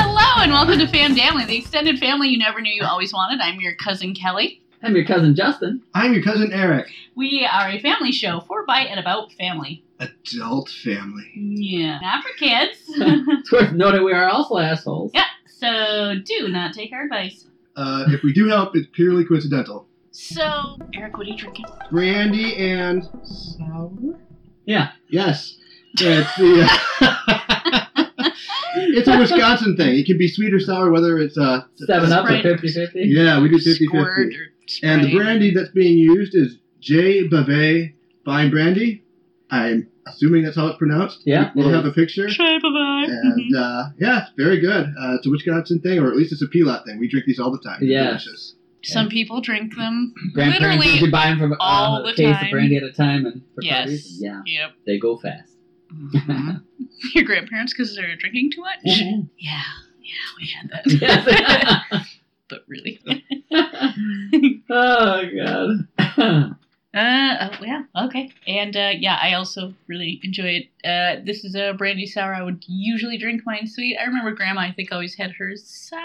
welcome to Fam Family, the extended family you never knew you always wanted. I'm your cousin Kelly. I'm your cousin Justin. I'm your cousin Eric. We are a family show for, by, and about family. Adult family. Yeah, not for kids. It's worth noting we are also assholes. yeah, so do not take our advice. Uh, if we do help, it's purely coincidental. So, Eric, what are you drinking? Brandy and Yeah. yes, Yeah, it's the. uh, it's a Wisconsin thing. It can be sweet or sour, whether it's uh, Seven up Sprite. to 50 50. Yeah, we do 50 Squirt 50. or And the Sprite? brandy that's being used is J. Bavay Fine Brandy. I'm assuming that's how it's pronounced. Yeah, We'll it have a picture. Shape of Mm-hmm. a- And uh, yeah, it's very good. Uh, it's a Wisconsin thing, or at least it's a Pilat thing. We drink these all the time. They're Yeah. Delicious. Some people drink them. Grandparents Literally usually buy them from all uh, the a case time. of brandy at a time. and for Yes. parties. Yeah, Yep. they go fast. Mhm. Your grandparents, because they're drinking too much. Yeah, yeah, we had that. Yes. but really. oh, God. Uh, oh, yeah, okay. And uh, yeah, I also really enjoy it. Uh, this is a brandy sour. I would usually drink mine sweet. I remember Grandma, I think, always had hers sour.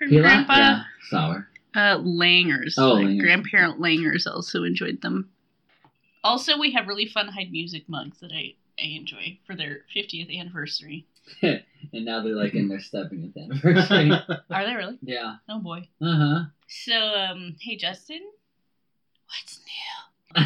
Or Peel off? Grandpa Yeah, sour. uh, Langers. Oh, My Langers. grandparent Langers also enjoyed them. Also, we have really fun hide music mugs that I, I enjoy for their 50th anniversary. And now they're like in their stepping anniversary. Are they really? yeah. Oh boy. Uh huh. So, um, hey Justin, what's new?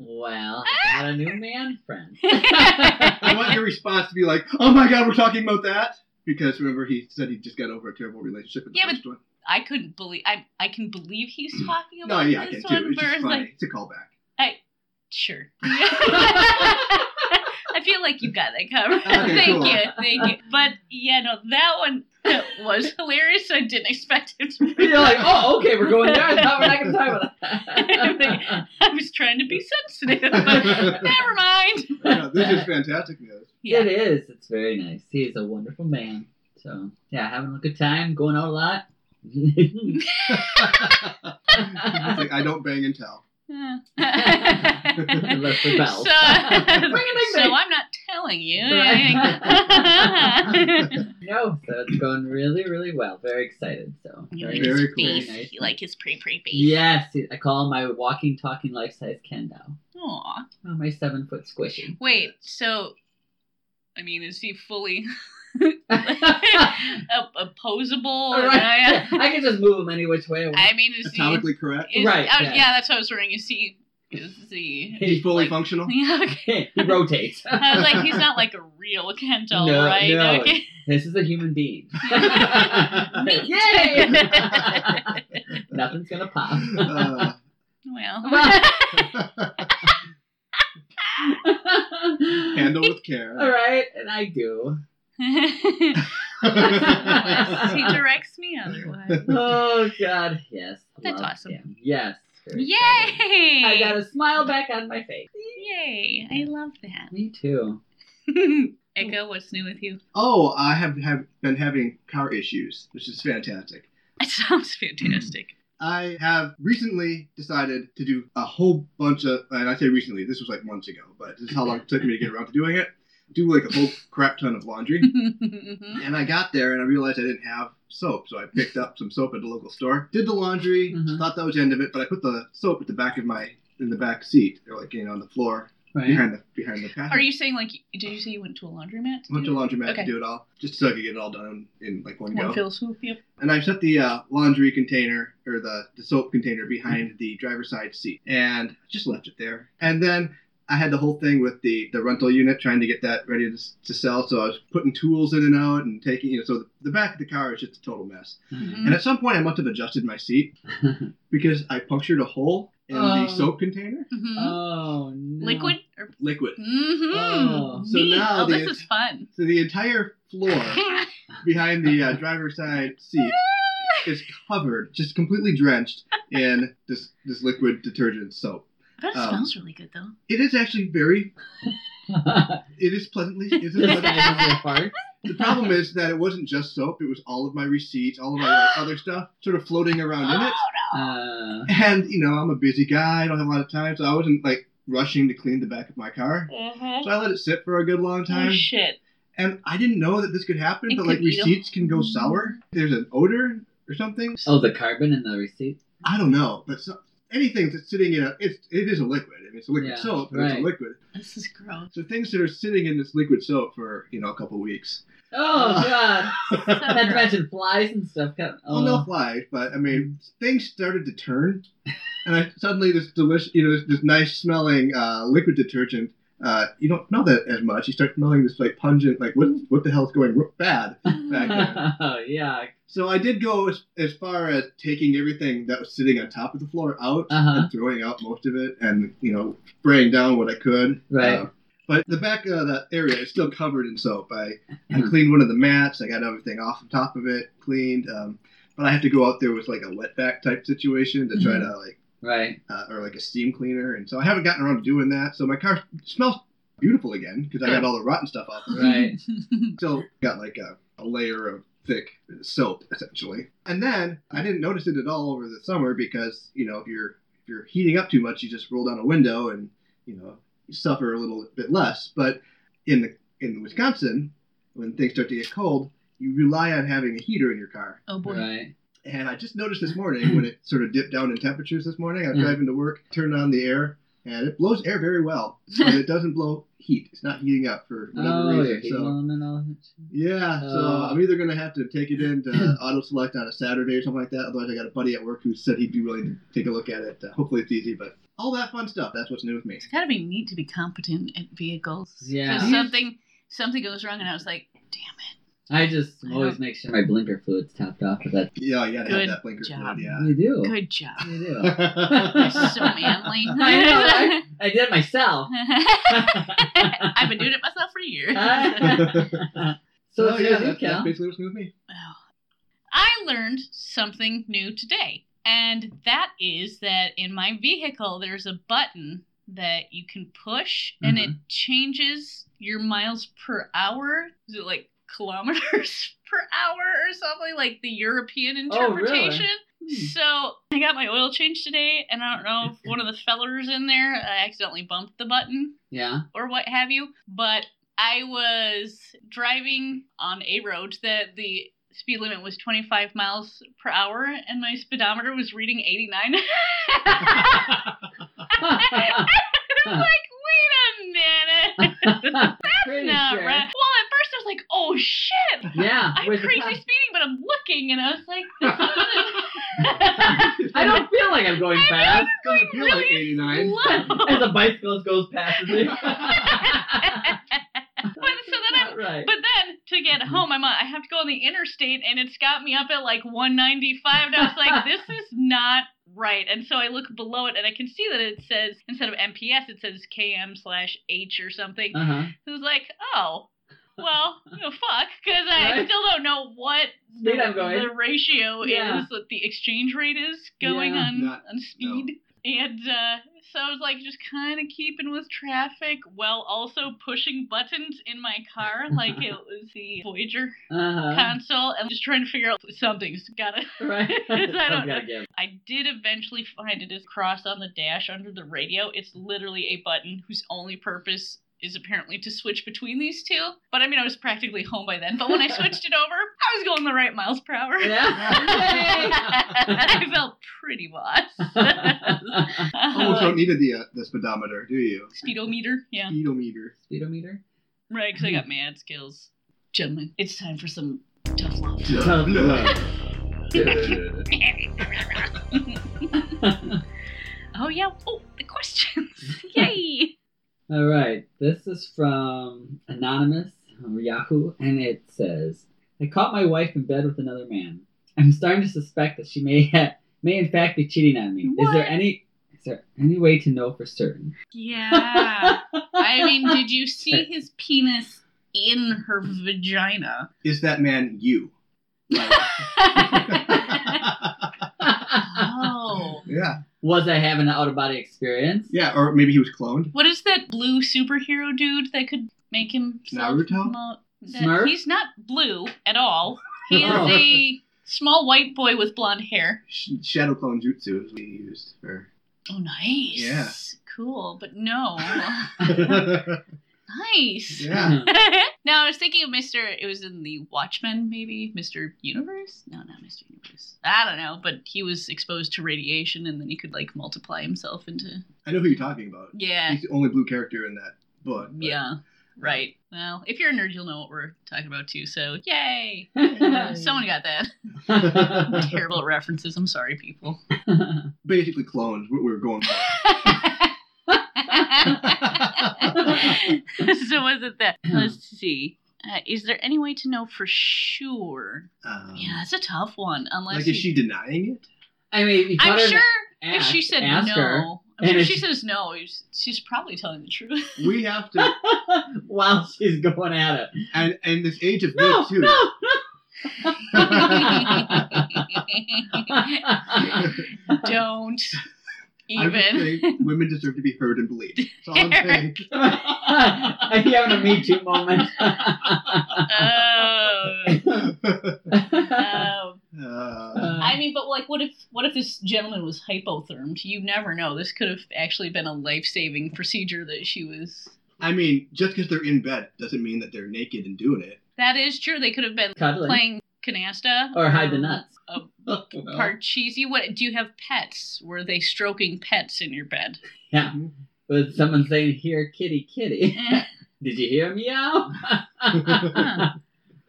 Well, I Ah! got a new man friend. I want your response to be like, "Oh my God, we're talking about that," because remember he said he just got over a terrible relationship. In the Yeah, but first one. I couldn't believe I I can believe he's talking Mm. no, about yeah, I can this too. one, It's but just it's funny. like it's a callback. sure. I feel like you got that covered. Okay, thank cool. you, thank you. But yeah, no, that one was hilarious. I didn't expect him to. Bring You're like, that. oh, okay, we're going there. I thought we're not going to talk about that. I was trying to be sensitive, but never mind. Yeah, this is fantastic news. Yeah, It is. It's very nice. He is a wonderful man. So, yeah, having a good time, going out a lot. It's like I don't bang and tell. Yeah. Unless the bells. So, so Ring-a-ding-ding. I'm not telling you. Right. no, so it's going really, really well. Very excited. So, You very like his cool. face. Nice. You like his pre pre face. Yes, I call him my walking, talking, life size Ken now. Aw. Oh, my seven foot squishy. Wait, so I mean, is he fully All op- opposable? right. I, I can just move him any which way I want. I mean, is he Atomically correct. is, Right, oh, yeah. yeah. that's what I was wondering. Is he is he He's fully like- functional. Yeah, okay. he rotates. I was like, he's not like a real Kendall, No, right? no. Okay. This is a human being. Neat. Yay! Nothing's gonna pop. Uh, well. Well. handle with All care. right, and I do. he directs me otherwise. Oh God, yes. That's Love awesome. him. Yes. Very Yay! excited. I got a smile back on my face. Yay! I love that. Me too. Echo, what's new with you? Oh, I have, have been having car issues, which is fantastic. It sounds fantastic. I have recently decided to do a whole bunch of, and I say recently, this was like months ago, but this is how long it took me to get around to doing it. Do like a whole crap ton of laundry. Mm-hmm. And I got there and I realized I didn't have soap, so I picked up some soap at the local store. Did the laundry, Mm-hmm. Mhm. thought that was the end of it, but I put the soap at the back of my in the back seat, or like you know on the floor Right. behind the behind the Mm-hmm. Are passenger. you saying like? Did you say you went to a laundromat? to Went to do a laundromat Okay. to do it all, just so I could get it all done in like one it? One go. fell swoop. Yep. and I set the uh, laundry container or the, the soap container behind the driver's side seat and just left it there. And then I had the whole thing with the, the rental unit trying to get that ready to, s- to sell. So I was putting tools in and out and taking, you know, so the, the back of the car is just a total mess. Mm-hmm. Mm-hmm. And at some point, I must have adjusted my seat because I punctured a hole in Oh. the soap container. Mhm. oh no. Liquid or? Liquid. Mm-hmm. Oh. So now oh, the- this is fun. So the entire floor behind the uh, driver's side seat is covered, just completely drenched in this this liquid detergent soap. That Um, smells really good though. It is actually very. the It is pleasantly. It is size of pleasant. your heart. the problem is that it wasn't just soap; it was all of my receipts, all of my like, other stuff, sort of floating around in it. Uh, And you know, I'm a busy guy; I don't have a lot of time, so I wasn't like rushing to clean the back of my car. So I let it sit for a good long Mm-hmm. Oh time, shit! And I didn't know that this could happen, It but could like eat 'em. receipts can go sour. There's an odor or something. Mm-hmm. Oh, the carbon in the receipt. I don't know, but so, anything that's sitting in a it's it is a liquid. I mean, it's a liquid Yeah, soap, but it's right. a liquid. This is gross. So things that are sitting in this liquid soap for you know a couple weeks. Oh god, So not to gross. mention flies and stuff. God, Well, Oh, no flies, but I mean things started to turn, and I suddenly this delicious, you know, this, this nice smelling uh, liquid detergent. Uh, you don't smell that as much. You start smelling this like pungent, like what what the hell's going r- bad. back then. oh yeah, So I did go as, as far as taking everything that was sitting on top of the floor out Uh-huh. and throwing out most of it, and you know spraying down what I could. Right. Uh, but the back of that area is still covered in soap. I, I Uh-huh. cleaned one of the mats. I got everything off the top of it cleaned. Um, but I have to go out there with like a wet back type situation to try Mm-hmm. to like right. uh, or like a steam cleaner, and so I haven't gotten around to doing that. So my car smells beautiful again because I got all the rotten stuff off of it. Right. Still got like a, a layer of thick soap essentially. And then I didn't notice it at all over the summer because you know if you're if you're heating up too much, you just roll down a window and you know you suffer a little bit less. But in the in Wisconsin, when things start to get cold, you rely on having a heater in your car. oh boy. Right. And I just noticed this morning when it sort of dipped down in temperatures this morning, I was Yeah. driving to work, turned on the air, and it blows air very well, but it doesn't blow heat. It's not heating up for whatever Oh, reason. you're so. healing and all that. shit. Yeah, so Uh, I'm either gonna have to take it in to auto select on a Saturday or something like that. Otherwise, I got a buddy at work who said he'd be willing to take a look at it. Uh, hopefully, it's easy, but all that fun stuff. That's what's new with me. It's gotta be neat to be competent at vehicles. Yeah. Mm-hmm. 'Cause something something goes wrong, and I was like, damn I just I always don't- make sure my blinker fluid's topped off. But that Yeah, you gotta Good have that blinker job. fluid, you do. it. Good job. You do. You're Yeah. so manly. I know, right? I did it myself. I've been doing it myself for years. so oh, it's yeah, you, that's, that's Cal. basically what's new with me. Wow. I learned something new today, and that is that in my vehicle there's a button that you can push, and it Mm-hmm. changes your miles per hour. Is it like kilometers per hour or something like the European Oh, really? Hmm. interpretation? So I got my oil change today, and I don't know if one of the fellers in there I accidentally bumped the button Yeah. or what have you. But I was driving on a road that the speed limit was 25 miles per hour, and my speedometer was reading 89. I was like, wait a minute. Pretty Not sure. right. Well, at first I was like, oh shit. Yeah. I'm where's the crazy pop- speeding, but I'm looking, and I was like, this I don't feel like I'm going fast. Doesn't feel like 89. isn't low. As a bicyclist goes past me. But so then I'm right. But then to get home, I'm I have to go on the interstate, and it's got me up at like 195. And I was like, this is not right. And so I look below it, and I can see that it says instead of MPS, it says KM slash H or something. Uh huh. It was like, oh, well, you know, fuck, because I Right. still don't know what the, Speed I'm going. the ratio Yeah. is, what the exchange rate is going Yeah. on Not- on speed. And uh, so I was like, just kind of keeping with traffic while also pushing buttons in my car, like it was the Voyager Uh huh. console, and just trying to figure out something's gotta. Right. Because I don't Someone's gotta give. I did eventually find it is crossed on the dash under the radio. It's literally a button whose only purpose is apparently to switch between these two. But I mean, I was practically home by then. But when I switched it over, I was going the right miles per hour. Yeah. I felt pretty boss. Almost Uh, don't need the uh, the speedometer, do you? speedometer, yeah. Speedometer. Speedometer. Right, because I got mad skills. Gentlemen, it's time for some tough love. Oh, yeah. Oh, the questions. Yay. All right. This is from Anonymous on Yahoo, and it says, "I caught my wife in bed with another man. I'm starting to suspect that she may ha- may in fact be cheating on me. Is What? there any is there any way to know for certain?" Yeah. I mean, did you see his penis in her vagina? Is that man you? Like- oh. yeah. Was I having an out of body experience? Yeah, or maybe he was cloned. What is that blue superhero dude that could make him Naruto? Smurf? He's not blue at all. He is Oh. a small white boy with blonde hair. Sh- Shadow clone jutsu is what he used for. Oh, nice. Yeah. Cool, but no. Nice. Yeah. now I was thinking of Mister. It was in the Watchmen, maybe Mister Universe. No, not Mister Universe. I don't know, but he was exposed to radiation, and then he could like multiply himself into. I know who you're talking about. Yeah, He's the only blue character in that book. but- yeah, right. Well, if you're a nerd, you'll know what we're talking about too. So yay! Someone got that. Terrible references. I'm sorry, people. Basically clones, what we were going for. Um, so was it that? Let's see. Uh, is there any way to know for sure? Um, Yeah, that's a tough one. Unless Like, you- is she denying it? I mean, you I'm caught her- sure if ask- she said ask no, her. I'm And sure if she she- says no. She's, she's probably telling the truth. We have to, while she's going at it. and and this age of No, good too. no, Don't I just even. think women deserve to be heard and believed. That's all I'm saying. Are you having a Me Too moment? Oh. Oh. Uh, I mean, but like, what if what if this gentleman was hypothermed? You never know. This could have actually been a life saving procedure that she was. I mean, just because they're in bed doesn't mean that they're naked and doing it. That is true. They could have been Cuddling. playing canasta Or hide the nuts. A part cheesy. What do you have pets? Were they stroking pets in your bed? Yeah. With someone saying, here, kitty, kitty. Eh, Did you hear meow? huh.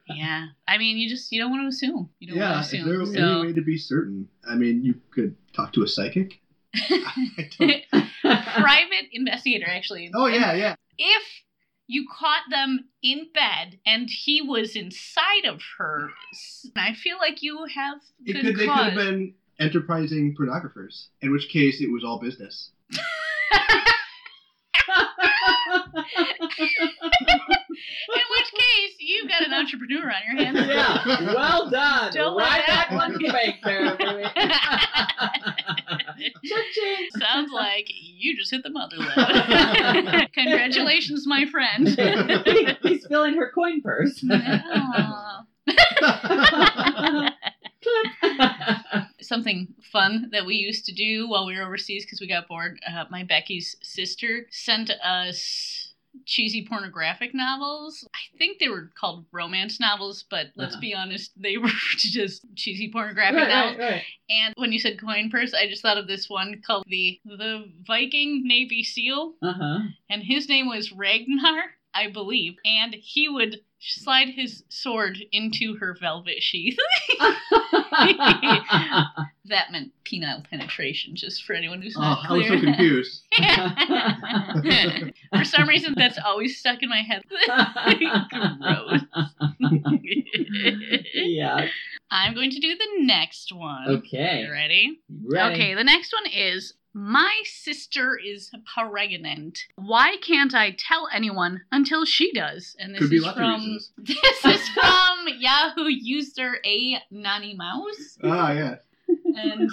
yeah. I mean, you just you don't want to assume. You don't yeah, want is to there assume. any way to be certain? I mean, you could talk to a psychic. I So. don't- Private investigator, actually. oh yeah, yeah. if you caught them in bed and he was inside of her, s- I feel like you have It good could, they could cause. have been enterprising pornographers, in which case it was all business. in which case, you've got an entrepreneur on your hands. yeah, well done. Don't let Ride that that one one- fake there, Louie. Cha-ching. Sounds like you just hit the motherlode. Congratulations, my friend. He's filling her coin purse. Aw. Oh, something fun that we used to do while we were overseas because we got bored. Uh, my Becky's sister sent us cheesy pornographic novels. I think they were called romance novels, but let's Uh-huh. be honest, they were just cheesy pornographic Right, novels. right, right. And when you said coin purse, I just thought of this one called the the Viking Navy SEAL, Uh-huh. and his name was Ragnar, I believe, and he would slide his sword into her velvet sheath. that meant penile penetration, just for anyone who's Oh, not I was clear. so confused. for some reason, that's always stuck in my head. Gross. yeah. I'm going to do the next one. Okay. You ready? Ready. Okay, the next one is My sister is pregnant. Why can't I tell anyone until she does? And this Could be is lots of from reasons. This is from Yahoo user A Nanny Mouse. Ah, yeah, And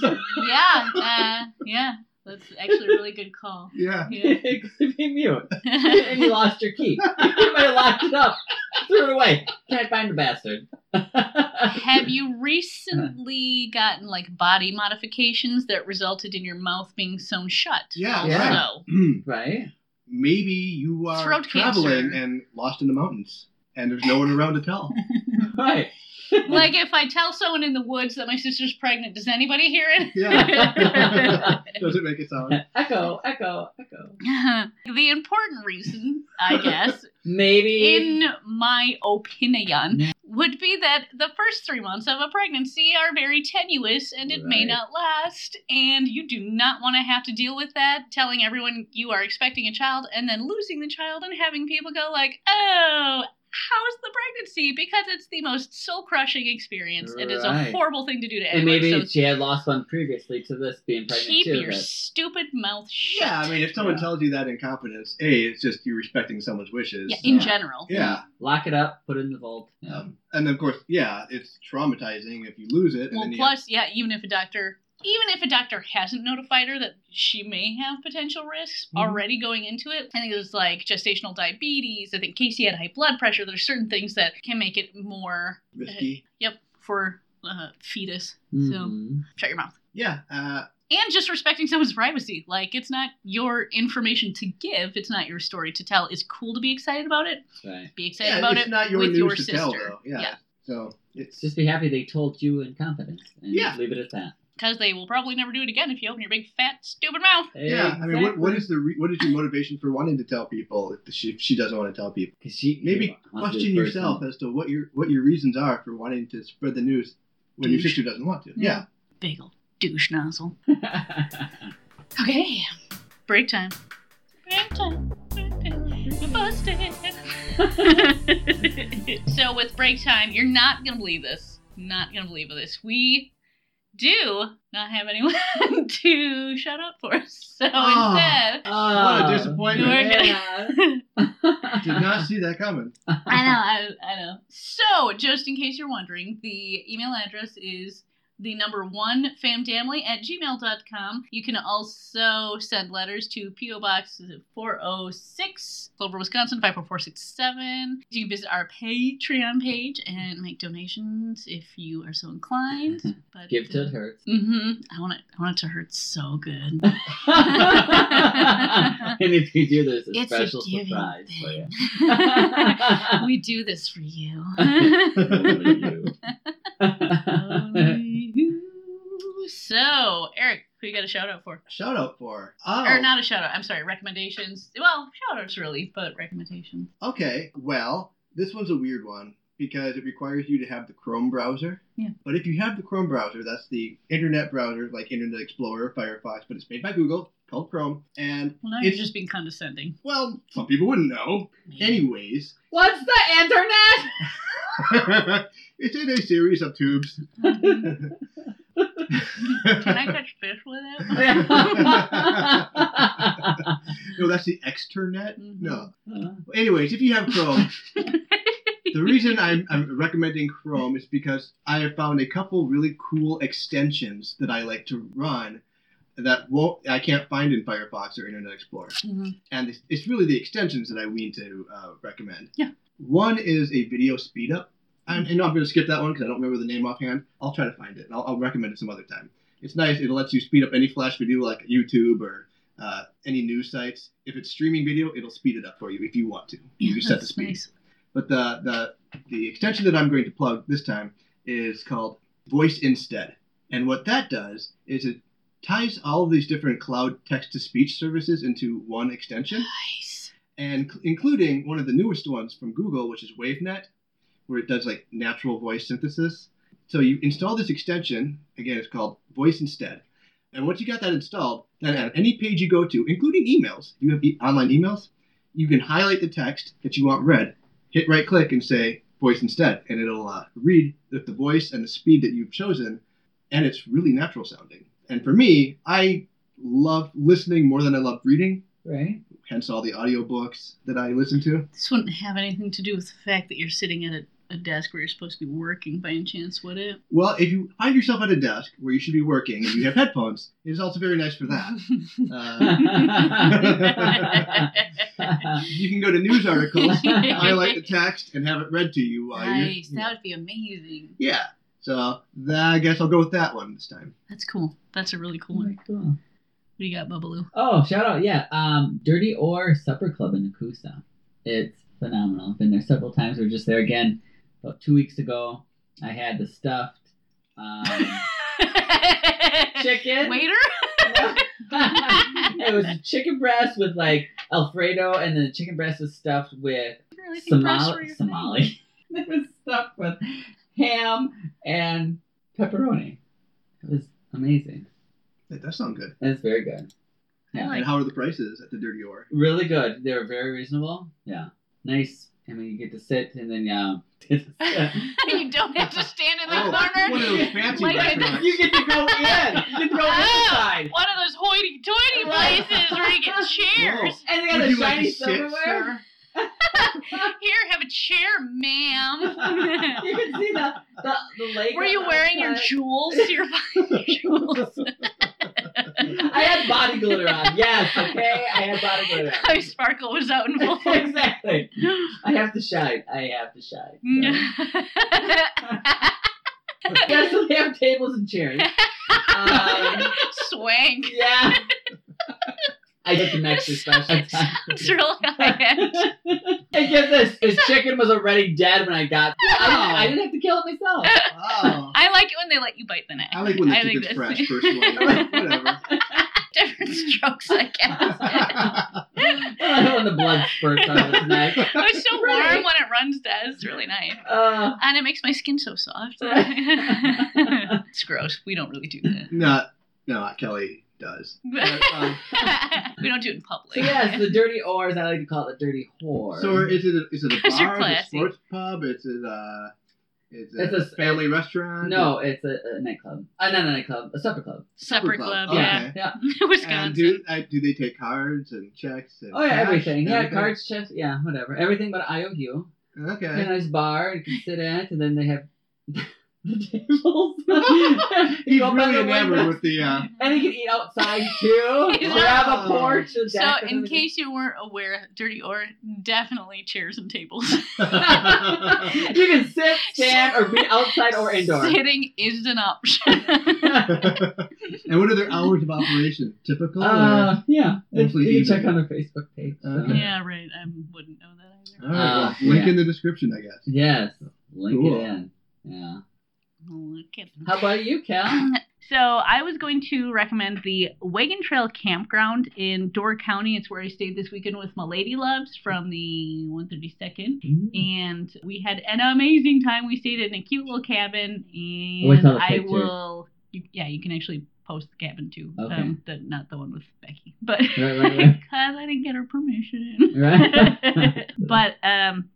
yeah, uh, yeah, that's actually a really good call. yeah. Yeah. it could be mute. and you lost your key. You might have locked it up. Threw it away. Can't find the bastard. Have you recently gotten like body modifications that resulted in your mouth being sewn shut? Yeah, also? yeah. Hmm, right? Maybe you are Throat cancer. traveling and lost in the mountains, and there's no one around to tell. Right. Like if I tell someone in the woods that my sister's pregnant, does anybody hear it? Yeah. Doesn't make it sound. echo, echo, echo. the important reason, I guess, Maybe. in my opinion, would be that the first three months of a pregnancy are very tenuous and it may Right. not last. And you do not want to have to deal with that, telling everyone you are expecting a child and then losing the child and having people go like, oh, how's the pregnancy? Because it's the most soul crushing experience. It is a Right. horrible thing to do to and anyone. maybe so she had lost one previously to this being pregnant keep too. your but- stupid mouth shut. Yeah, I mean, if someone Yeah. tells you that in confidence, a, it's just you're respecting someone's wishes. Yeah, in Yeah. general. Yeah. Lock it up, put it in the vault. Yeah. Um, and of course, yeah, it's traumatizing if you lose it. and Well, then you plus, yeah, even if a doctor, even if a doctor hasn't notified her that she may have potential risks Mm-hmm. Mhm. already going into it, I think there's like gestational diabetes. I think Casey had high blood pressure. There's certain things that can make it more, risky. yep, for uh, fetus. Mhm. Mm-hmm. Shut your mouth. Yeah, uh, and just respecting someone's privacy. Like, it's not your information to give, it's not your story to tell. It's cool to be excited about it. Right. Be excited about it's it not your with news your to sister. tell, though. Yeah. Yeah. So it's Just be happy they told you in confidence and Yeah. leave it at that. Because they will probably never do it again if you open your big, fat, stupid mouth. yeah. I mean, what, what Exactly. is the re- what is your motivation for wanting to tell people if she if she doesn't want to tell people? 'Cause she- Maybe she wants to question do it first yourself as to what your what your reasons are for wanting to spread the news when your Douche. sister doesn't want to. Yeah. Yeah. Big ol' douche nozzle. and- Okay. Break time. Break time. Break time. I'm busted. so with break time, you're not gonna believe this. Not gonna believe this. We do not have anyone to shout out for. So Oh. instead, Oh. What a disappointment. We're gonna- Yeah. Did not see that coming. I know, I, I know. So, just in case you're wondering, the email address is the number one famdamly at gmail.com. You can also send letters to P.O. Box 406, Clover, Wisconsin 54467. You can visit our Patreon page and make donations if you are so inclined. But Give till it hurts. Mm-hmm. I want it. I want it to hurt so good. and if you do, there's a It's a special giving surprise for you. thing. we do this for you. Only you. Only you. so, Eric, who you got a shout out for? Shout out for oh Or not a shout out, I'm sorry, recommendations. Well, shout outs really, but recommendations. okay. Well, this one's a weird one because it requires you to have the Chrome browser. Yeah. But if you have the Chrome browser, that's the internet browser like Internet Explorer, Firefox, but it's made by Google called Chrome. And Well, now you're It's- just being condescending. well, some people wouldn't know. Anyways, What's the internet? it's in a series of tubes. Mhm. Can I catch fish with it? No, that's the externet. Mhm. No. Anyways, if you have Chrome, the reason I'm, I'm recommending Chrome is because I have found a couple really cool extensions that I like to run that won't I can't find in Firefox or Internet Explorer, Mhm. and it's, it's really the extensions that I mean to uh, recommend. Yeah. Mm-hmm. One is a video speedup. I'm, and I'm going to skip that one because I don't remember the name offhand. I'll try to find it. and I'll, I'll recommend it some other time. It's nice. It lets you speed up any flash video like YouTube or uh, any news sites. If it's streaming video, it'll speed it up for you if you want to. You can set the That's speed. nice. But the, the the extension that I'm going to plug this time is called Voice Instead. And what that does is it ties all of these different cloud text to speech services into one extension, Nice. and cl- including one of the newest ones from Google, which is WaveNet, where it does like natural voice synthesis. So you install this extension. Again, it's called Voice Instead. And once you got that installed, then at any page you go to, including emails, you have e- online emails, you can highlight the text that you want read, hit right click and say voice instead, and it'll uh, read the, the voice and the speed that you've chosen, and it's really natural sounding. And for me, I love listening more than I love reading, Right? hence all the audiobooks that I listen to. This wouldn't have anything to do with the fact that you're sitting at a, a desk where you're supposed to be working by any chance, would it? Well, if you find yourself at a desk where you should be working and you have headphones, it is also very nice for that. Uh, you can go to news articles, highlight the text, and have it read to you while nice. you're. That would be amazing. Yeah. So that, I guess I'll go with that one this time. That's cool. That's a really cool one. Very cool. What do you got, Bubbaloo? Oh, shout out, yeah. Um, Dirty Or Supper Club in Nakusa. It's phenomenal. I've been there several times. We were just there again about two weeks ago. I had the stuffed um, chicken. Waiter? it was chicken breast with like Alfredo, and then the chicken breast was stuffed with Really think breasts were Somali. your thing. Somali. it was stuffed with ham and pepperoni. It was amazing. That does sound good. It was very good. I Yeah. like And how are the prices at the Dirty Or? Really good. They were very reasonable. Yeah. Nice. I mean, you get to sit and then yeah, you don't have to stand in the Oh, corner. one of those fancy Like a- restaurants. you get to go in. You get to go inside. One of those hoity-toity places where you get chairs. And they got Would a you like shiny to sit, silverware. sir? Here, have a chair, ma'am. you can see the, the, the lake. Were you on the wearing your outside. jewels? Your fine jewels. I had body glitter on. Yes, okay. I had body glitter My sparkle was out in full. on. exactly. I have to shine. I have to shine. So. Yes, so they have tables and chairs. Um, Swag. bank. Yeah. I get an extra special time. It's really high end. I get this. His chicken was already dead when I got. I didn't, I didn't have to kill it myself. Wow. I like it when they let you bite the neck. Oh, I like when the I think chicken's that's- fresh, personally. Whatever. Different strokes, I guess. I don't want the blood spurts out of its neck. it's so warm when it runs dead. It's really nice. Uh, And it makes my skin so soft. Right. it's gross. We don't really do that. no, no, Aunt Kelly does. But, um, we don't do it in public. so yes, the dirty or as I like to call it, the dirty whore. so is it a, is it a Because you're bar? Is it a classy. sports pub? Is it a is It's it a, a- family restaurant? no, it's a, a nightclub. Uh, not a nightclub, a supper club. Separate club, Okay. yeah. yeah. Wisconsin. And do, uh, do they take cards and checks and Oh yeah, cash, everything. Yeah, cards, chess, yeah, whatever. Everything but IOU. Okay. A nice bar you can sit at, and then they have the tables. You He's open really the enamored window. with the. Uh, And you can eat outside too. He's Grab not- a porch. a So, deck and in everything. case you weren't aware, Dirty Or definitely chairs and tables. you can sit, stand, or be outside or indoor. Sitting is an option. and what are their hours of operation? Typical. Uh, yeah, It's- Mostly you Uh-huh. can check evening. on their Facebook page. so. Okay. yeah, right. I wouldn't know that either. or? All right, well, uh, link yeah. in the description, I guess. Yes, link Cool. it in. Yeah. Look at them. How about you, Cal? So I was going to recommend the Wagon Trail Campground in Door County. It's where I stayed this weekend with my lady loves from the 132nd. And we had an amazing time. We stayed in a cute little cabin, We and saw the I pictures. will. You, yeah, you can actually post the cabin too. Okay. Um, the, not the one with Becky, but Right, right, right. 'cause I didn't get her permission. Right. but um,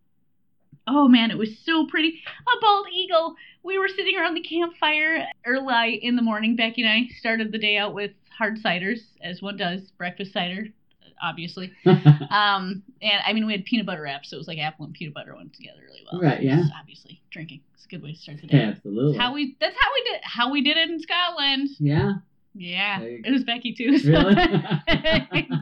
oh man, it was so pretty. A bald eagle. We were sitting around the campfire early in the morning. Becky and I started the day out with hard ciders, as one does, breakfast cider, obviously. Um, and I mean, we had peanut butter wraps, so it was like apple and peanut butter went together really well. Right, yeah. It's obviously, drinking. It's a good way to start the day. Absolutely. How we that's how we did how we did it in Scotland. yeah. Yeah, There you go. it was Becky too. so- Really?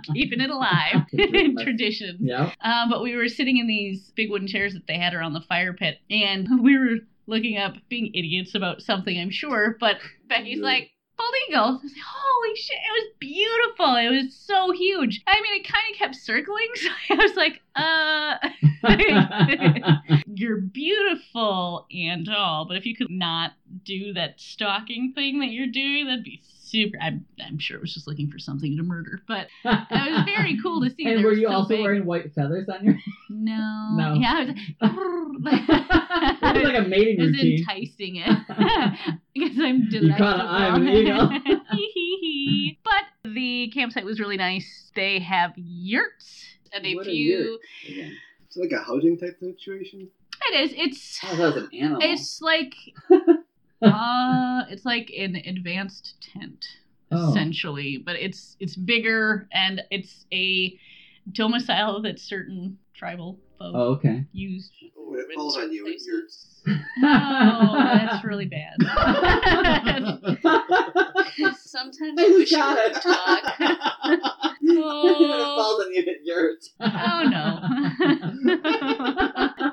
Keeping it alive, Keeping it alive. traditions. Yeah. Um, but we were sitting in these big wooden chairs that they had around the fire pit, and we were looking up, being idiots about something, I'm sure. But Becky's Yeah. like, bald eagle. I was like, holy shit, it was beautiful. It was so huge. I mean, it kind of kept circling, so I was like, uh. You're beautiful and all, but if you could not do that stalking thing that you're doing, that'd be super. I'm, I'm sure it was just looking for something to murder, but it was very cool to see. And They were you so also big. wearing white feathers on your? No. No. Yeah, I was like, it was like a mating it was routine. enticing it. because I'm delightful. You caught an eye of an eagle. Hee hee hee. but the campsite was really nice. They have yurts. And if What a you, Again. It's like a housing type situation. it is. It's Oh, that was an animal. it's like uh, it's like an advanced tent Oh. essentially, but it's it's bigger and it's a domicile that certain tribal folk Oh, okay. use When it falls on you, it hurts. Oh, that's really bad. Sometimes I wish you would talk. Oh, on you, it hurts. oh no.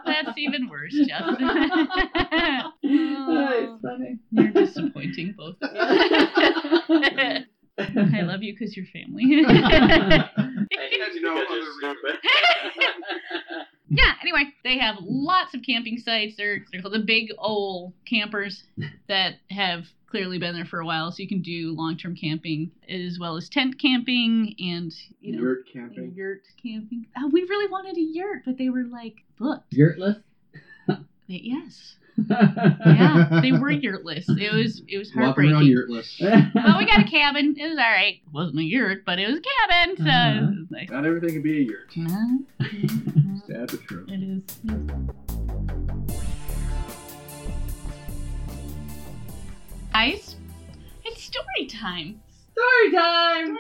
That's even worse, Justin. oh, it's funny. You're disappointing both. of us. I love you because you're family. yeah, anyway, they have lots of camping sites. They're, they're called the big old campers that have clearly been there for a while. So you can do long term camping as well as tent camping and, you know, Yurt camping. yurt camping. Oh, we really wanted a yurt, but they were like booked. Yurtless? They- yes, yeah, they were yurtless. It was it was Walking around heartbreaking. yurtless. Well, we got a cabin. It was all right. It wasn't a yurt, but it was a cabin. So Uh-huh. it was nice. Not everything can be a yurt. No. Sad but true. it is. Guys, it's story time. Story time!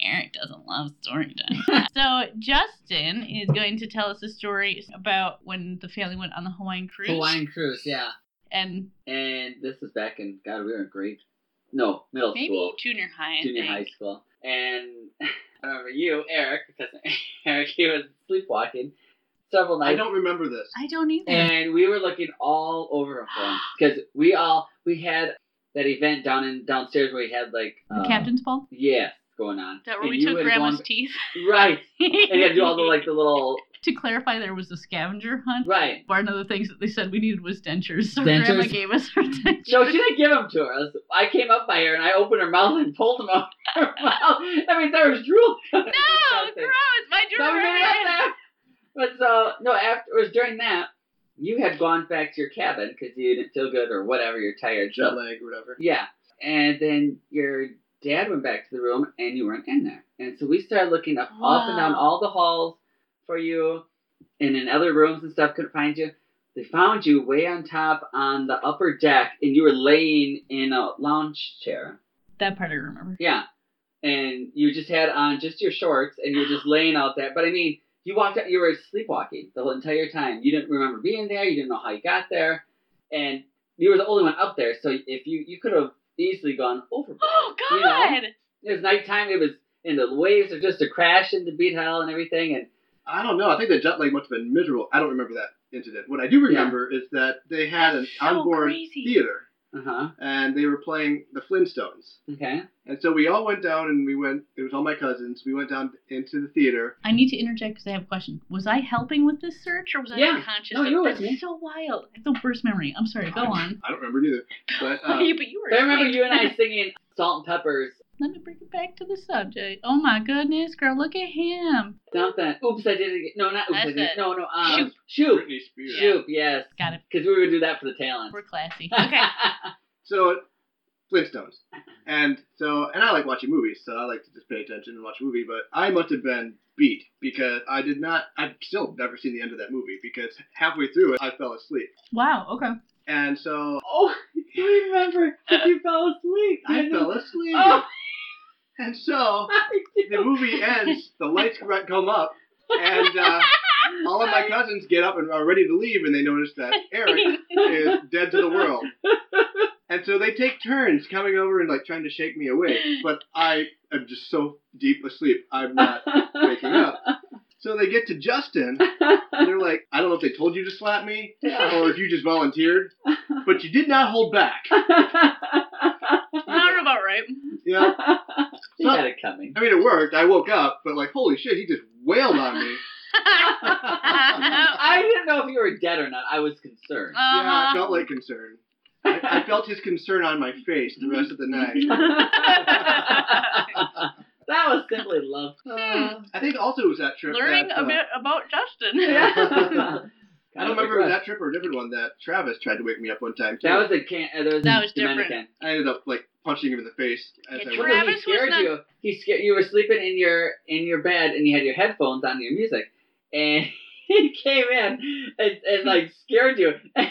Eric doesn't love story time. so Justin is going to tell us a story about when the family went on the Hawaiian cruise. Hawaiian cruise, yeah. And And this was back in, God, we were in grade, no, middle maybe school, junior high. I junior think. high school. And I remember you, Eric, because Eric, he was sleepwalking several nights. I don't remember this. I don't either. and we were looking all over him because we all we had that event down in downstairs where we had like The uh, captain's ball. Yeah, going on. Is that where And we you took had grandma's gone- teeth? Right, and you had to do all the like the little to clarify, there was a scavenger hunt. right. One of the things that they said we needed was dentures. So Dentures? Grandma gave us her dentures. So she didn't give them to her. I was- I came up by her and I opened her mouth and pulled them out of her mouth. I mean, there was drool. No, No, gross! My No, we jewelry. didn't have that. But so no, after it was during that you had gone back to your cabin because you didn't feel good or whatever. You're tired. jet So, lag or whatever. yeah, and then your dad went back to the room and you weren't in there. And so we started looking up, up and down Wow. all the halls for you, and in other rooms and stuff. Couldn't find you. They found you way on top on the upper deck, and you were laying in a lounge chair. That part I remember. Yeah. And you just had on just your shorts and you were just laying out there. But I mean, you walked out, you were sleepwalking the whole entire time. You didn't remember being there. You didn't know how you got there. And you were the only one up there. So if you, you could have easily gone overboard. Oh You know? God! It was nighttime. It was, and the waves are just a crash into beat hell and everything. And I don't know. I think the jet lag must have been miserable. I don't remember that incident. What I do remember is that they had an So onboard crazy. theater uh huh. and they were playing the Flintstones. Okay. And so we all went down and we went, it was all my cousins. We went down into the theater. I need to interject because I have a question. Was I helping with this search or was I Yeah. unconscious? No, you were That's with me. so wild. I have the worst memory. I'm sorry. Go on. I don't remember either. But Oh, uh, you- but you were. But I remember asleep. you and I singing Salt and Pepper's Let me bring it back to the subject. Oh my goodness, girl! Look at him. something. Oops, I did it again. No, not oops, I That's did it. it. No, no. Um, Shoop. shoop. Britney Spears. Shoop, yes. Got it. Because we would do that for the talent. We're classy. Okay. So Flintstones. And so, and I like watching movies, so I like to just pay attention and watch a movie. But I must have been beat because I did not. I've still never seen the end of that movie because halfway through it, I fell asleep. wow. Okay. And so oh, you remember that you fell asleep. I fell asleep. Oh. And so I the do. movie ends. The lights come up, and uh, all of my cousins get up and are ready to leave, and they notice that Eric is dead to the world. And so they take turns coming over and like trying to shake me awake, but I am just so deep asleep, I'm not waking up. So they get to Justin, and they're like, I don't know if they told you to slap me or if you just volunteered, but you did not hold back. I don't know about right. Yeah, you had it coming. I mean it worked. I woke up, but like, holy shit, he just wailed on me. I didn't know if you were dead or not. I was concerned. Yeah, I Uh-huh. felt like concern. I, I felt his concern on my face the rest of the night. that was simply love. Hmm. I think also it was that trip. Learning that, uh, a bit about Justin. I don't remember if it was that trip or a different one that Travis tried to wake me up one time. Too. That was a can. uh, That was, That a was different. Dominican. I ended up like punching him in the face. As Yeah, I Travis went. he scared was not- you. He scared you were sleeping in your in your bed and you had your headphones on your music, and he came in and, and like scared you.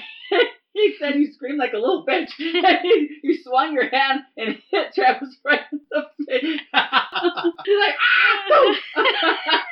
he said you screamed like a little bitch. And you swung your hand and hit Travis right in the face. He's like, ah!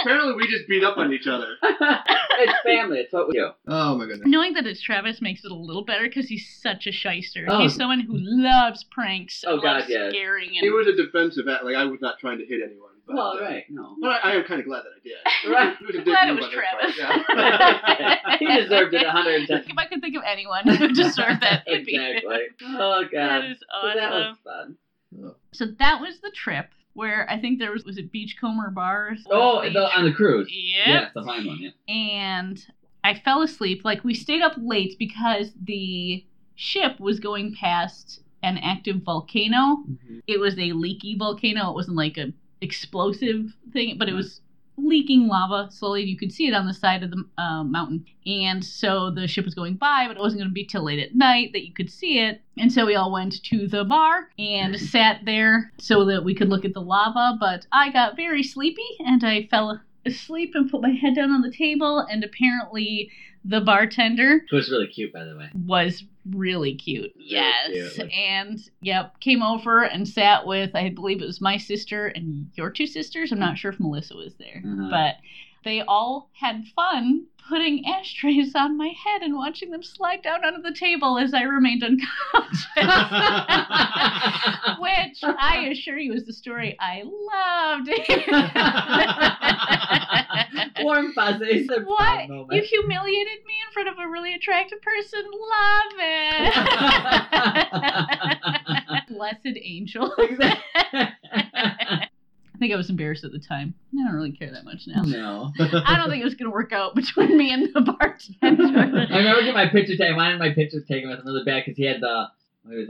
Apparently, we just beat up on each other. it's family. It's what we do. Oh my goodness. Knowing that it's Travis makes it a little better because he's such a shyster. Oh. He's someone who loves pranks. and Oh, God, loves yes. Scaring and It was a defensive act. Like I was not trying to hit anyone. But, Well, uh, right, no, But I, I am kind of glad that I did. right. It was a I'm big glad it move was on his part, Travis. yeah. he deserved it 110. If I could think of anyone who deserved that, it'd be him. exactly. Oh That god, is So awesome. that was fun. so that was the trip where I think there was was it Beachcomber Bars? Oh, Beach- the, on the cruise. Yep. Yeah, it's the fine one. Yeah. and I fell asleep. Like we stayed up late because the ship was going past an active volcano. Mm-hmm. It was a leaky volcano. It wasn't like a explosive thing, but it was leaking lava slowly. You could see it on the side of the uh, mountain. And so the ship was going by, but it wasn't going to be till late at night that you could see it. And so we all went to the bar and sat there so that we could look at the lava. But I got very sleepy and I fell asleep and put my head down on the table. And apparently, the bartender It was really cute, by the way. was really cute. Yes. cute, like- And yep, came over and sat with I believe it was my sister and your two sisters. I'm not sure if Melissa was there. Uh-huh. But they all had fun putting ashtrays on my head and watching them slide down onto the table as I remained unconscious. Which I assure you is the story I loved. Warm fuzzies. What? Moment. You humiliated me in front of a really attractive person. Love it. Blessed angel. I think I was embarrassed at the time. I don't really care that much now. no. I don't think it was going to work out between me and the bartender. I remember getting my picture taken. I wanted my pictures taken with him really bad because he had the he was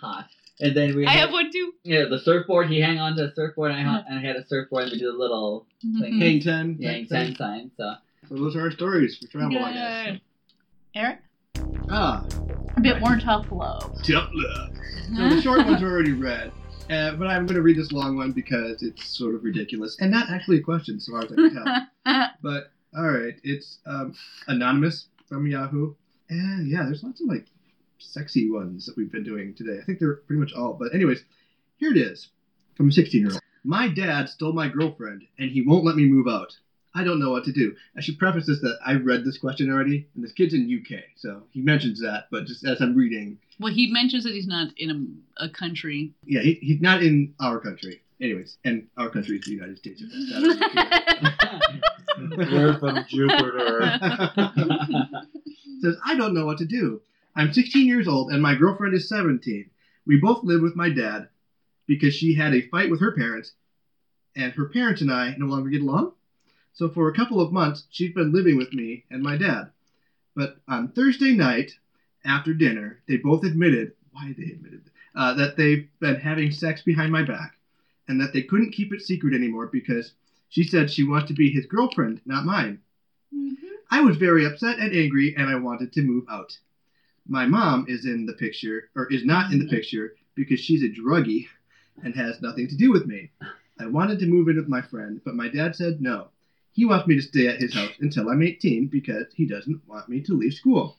hot, and then we I had, have one too. yeah the surfboard. He hung on to the surfboard, and I, hung, and I had a surfboard. and We did a little Mhm. Hang ten. yang sign sign. So So those are our stories for travel, I guess. Good. Eric, Ah, a bit more tough love. tough love. So the short ones are already read, uh, but I'm going to read this long one because it's sort of ridiculous and not actually a question, so far as I can tell. But all right, it's um, anonymous from Yahoo, and yeah, there's lots of like sexy ones that we've been doing today. I think they're pretty much all. But anyways, here it is from a 16 year old. My dad stole my girlfriend, and he won't let me move out. I don't know what to do. I should preface this that I've read this question already, and this kid's in UK, so he mentions that. But just as I'm reading, well, he mentions that he's not in a, a country. yeah, he, he's not in our country. Anyways, and our country is the United States. if that's- that is true. We're from Jupiter. says, I don't know what to do. I'm 16 years old and my girlfriend is 17. We both live with my dad because she had a fight with her parents, and her parents and I no longer get along. So for a couple of months, she's been living with me and my dad. But on Thursday night, after dinner, they both admitted why they admitted uh, that they've been having sex behind my back, and that they couldn't keep it secret anymore because she said she wants to be his girlfriend, not mine. I was very upset and angry, and I wanted to move out. My mom is in the picture, or is not in the picture, because she's a druggie and has nothing to do with me. I wanted to move in with my friend, but my dad said no. He wants me to stay at his house until I'm 18 because he doesn't want me to leave school.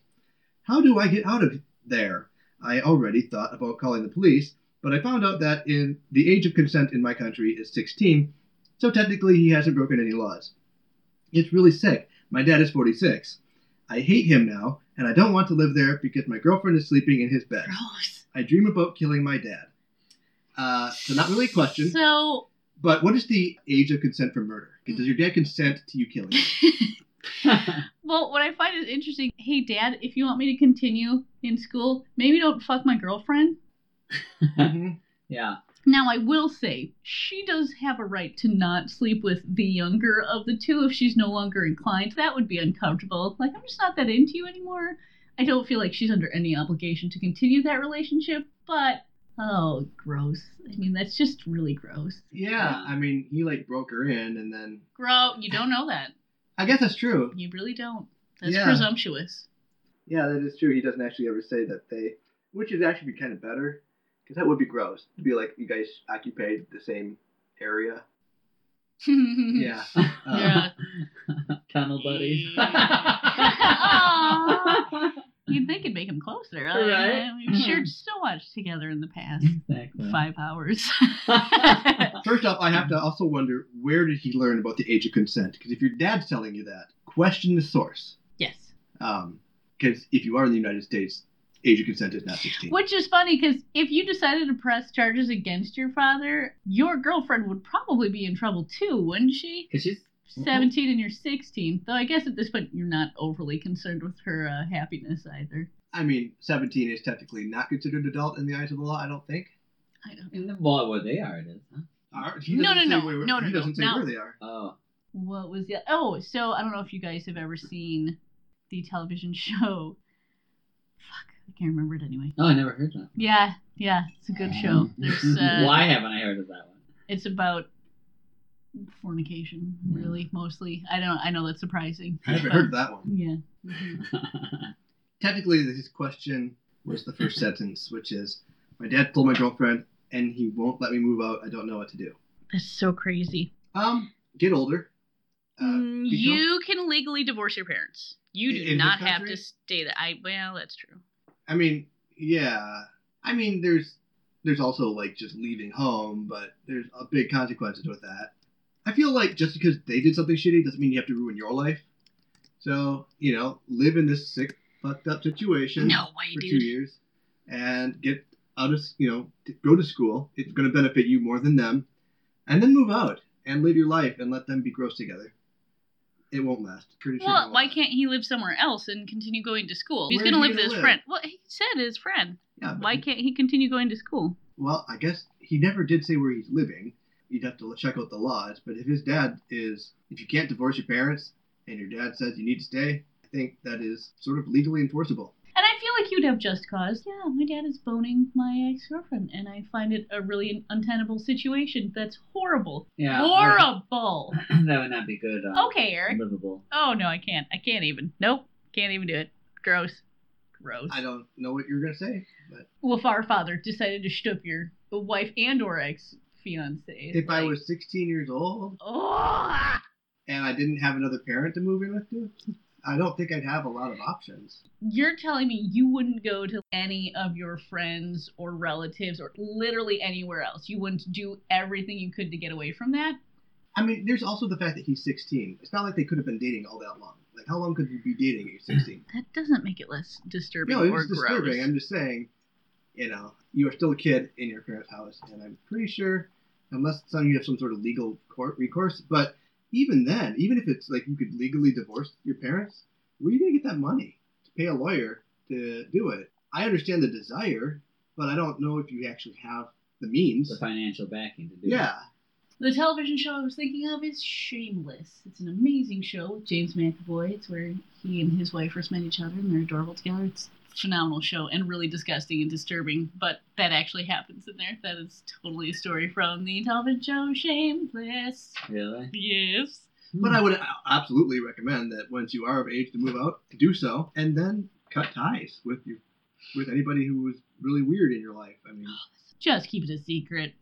How do I get out of there? I already thought about calling the police, but I found out that in the age of consent in my country is 16, so technically he hasn't broken any laws. It's really sick. My dad is 46. I hate him now, and I don't want to live there because my girlfriend is sleeping in his bed. Gross. I dream about killing my dad. Uh, so not really a question, So, but what is the age of consent for murder? Does your dad consent to you killing? him? well, what I find is interesting. Hey, Dad, if you want me to continue in school, maybe don't fuck my girlfriend. Mhm. yeah. Now, I will say, she does have a right to not sleep with the younger of the two if she's no longer inclined. That would be uncomfortable. Like, I'm just not that into you anymore. I don't feel like she's under any obligation to continue that relationship, but, oh, gross. I mean, that's just really gross. Yeah, I mean, he like broke her in, and then Grow, you don't know that. I guess that's true. You really don't. That's Yeah. presumptuous. Yeah, that is true. He doesn't actually ever say that they, which would actually be kind of better, because that would be gross to be like you guys occupied the same area. Mm-hmm. Yeah. Uh, Yeah. Tunnel buddies. Aw. You'd think it'd make him closer. I- Right? We've shared so much together in the past exactly. five hours. First off, I have to also wonder where did he learn about the age of consent? Because if your dad's telling you that, question the source. yes. Because Um, if you are in the United States, age of consent is not 16. Which is funny because if you decided to press charges against your father, your girlfriend would probably be in trouble too, wouldn't she? Because she's Mm-hmm. 17 and you're 16. Though I guess at this point you're not overly concerned with her uh, happiness either. I mean, 17 is technically not considered adult in the eyes of the law, I don't think. I don't know. in the well, where they are. It is. Huh? Are- he No, doesn't no, say no. where- No, no, He no. doesn't say Now- where they are. Oh. what was the oh so i don't know if you guys have ever seen the television show fuck i can't remember it anyway Oh, I never heard that. Hmm. yeah yeah it's a good show Mm-hmm. there's uh, Why haven't I heard of that one? it's about fornication Yeah. really mostly i don't i know that's surprising I haven't heard that one. yeah Mm-hmm. Technically, his question was the first sentence, which is My dad told my girlfriend, and he won't let me move out. I don't know what to do. that's so crazy Um, Get older. Uh, Mm, be you can legally divorce your parents you In- do in this not have country? to stay that i well that's true I mean, yeah. I mean, there's there's also like just leaving home, but there's a big consequences with that. I feel like just because they did something shitty doesn't mean you have to ruin your life. So you know, live in this sick, fucked up situation no way for two dude years, and get out of you know t- go to school. It's going to benefit you more than them, and then move out and live your life and let them be gross together. It won't last. Pretty sure. it Well, won't why last. can't he live somewhere else and continue going to school? He's Where going to are live you with his gonna friend. Well, he said his friend. Yeah, but- Why can't he continue going to school? Well, I guess he never did say where he's living. You'd have to check out the laws. But if his dad is, if you can't divorce your parents and your dad says you need to stay, I think that is sort of legally enforceable. And I feel like you'd have just cause. Yeah, my dad is boning my ex girlfriend, and I find it a really untenable situation. That's horrible. Yeah. horrible. that would not be good. Um, Okay, Eric. Livable. Oh no, I can't. I can't even. Nope. Can't even do it. Gross. Gross. I don't know what you're gonna say, but Well, if our father decided to stuff your wife and or ex fiance. if I was 16 years old Oh, and I didn't have another parent to move in with, to, I don't think I'd have a lot of options. you're telling me you wouldn't go to any of your friends or relatives or literally anywhere else. You wouldn't do everything you could to get away from that. I mean, there's also the fact that he's 16. It's not like they could have been dating all that long. Like, how long could you be dating at you're 16? That doesn't make it less disturbing No, it or was disturbing. gross. I'm just saying, you know, you are still a kid in your parents' house, and I'm pretty sure, unless it's on you have some sort of legal court recourse, but even then, even if it's like you could legally divorce your parents, where are you going to get that money to pay a lawyer to do it? I understand the desire, but I don't know if you actually have the The means. financial backing to do it. Yeah, The television show I was thinking of is Shameless. It's an amazing show with James McAvoy. It's where he and his wife first met each other and they're adorable together. It's a phenomenal show and really disgusting and disturbing, but that actually happens in there. That is totally a story from the television show Shameless. Really? Hmm. Yes. but I would a- absolutely recommend that once you are of age to move out, to do so, and then cut ties with your with anybody who was really weird in your life. I mean. Just keep it a secret.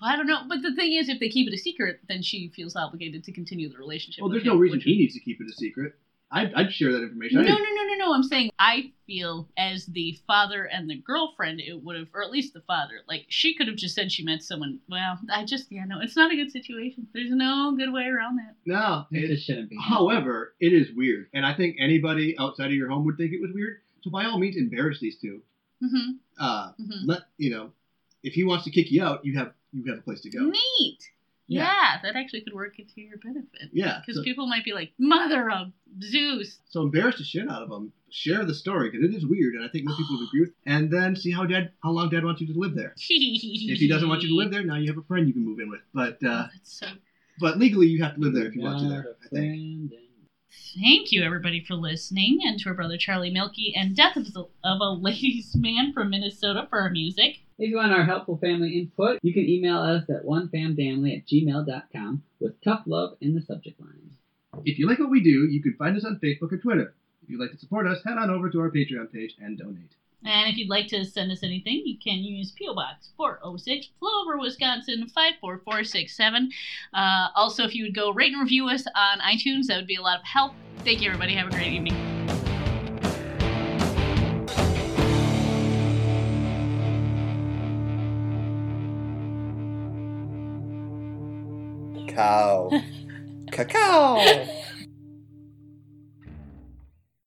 Well, I don't know, but the thing is, if they keep it a secret, then she feels obligated to continue the relationship. Well, with there's him, no reason which- he needs to keep it a secret. I'd, I'd share that information. No, I no, didn't- no, no, no. I'm saying I feel as the father and the girlfriend, it would have, or at least the father, like she could have just said she met someone. Well, I just, yeah, no, it's not a good situation. There's no good way around that. no. It It, just shouldn't be. however, it is weird, and I think anybody outside of your home would think it was weird. So by all means, embarrass these two. Mm-hmm. Uh, mm-hmm. Let you know if he wants to kick you out, you have you have a place to go. Neat. Yeah. Yeah. that actually could work into your benefit. Yeah. Because So, people might be like, "Mother of Zeus!" so embarrass the shit out of him. Share the story because it is weird, and I think most people would agree with. And then see how dad how long dad wants you to live there. If he doesn't want you to live there, now you have a friend you can move in with. But Oh, uh, that's so but legally, you have to live there if you want to there. I think. Thank you, everybody, for listening, and to our brother Charlie Milky and Death of, the, of a Ladies' Man from Minnesota for our music. If you want our helpful family input, you can email us at onefamdamly at gmail.com with tough love in the subject line. If you like what we do, you can find us on Facebook or Twitter. If you'd like to support us, head on over to our Patreon page and donate. And if you'd like to send us anything, you can use P.O. Box 406, Plover, Wisconsin 54467. Uh, also, if you would go rate and review us on iTunes, that would be a lot of help. Thank you, everybody. Have a great evening. Cow. Cacao.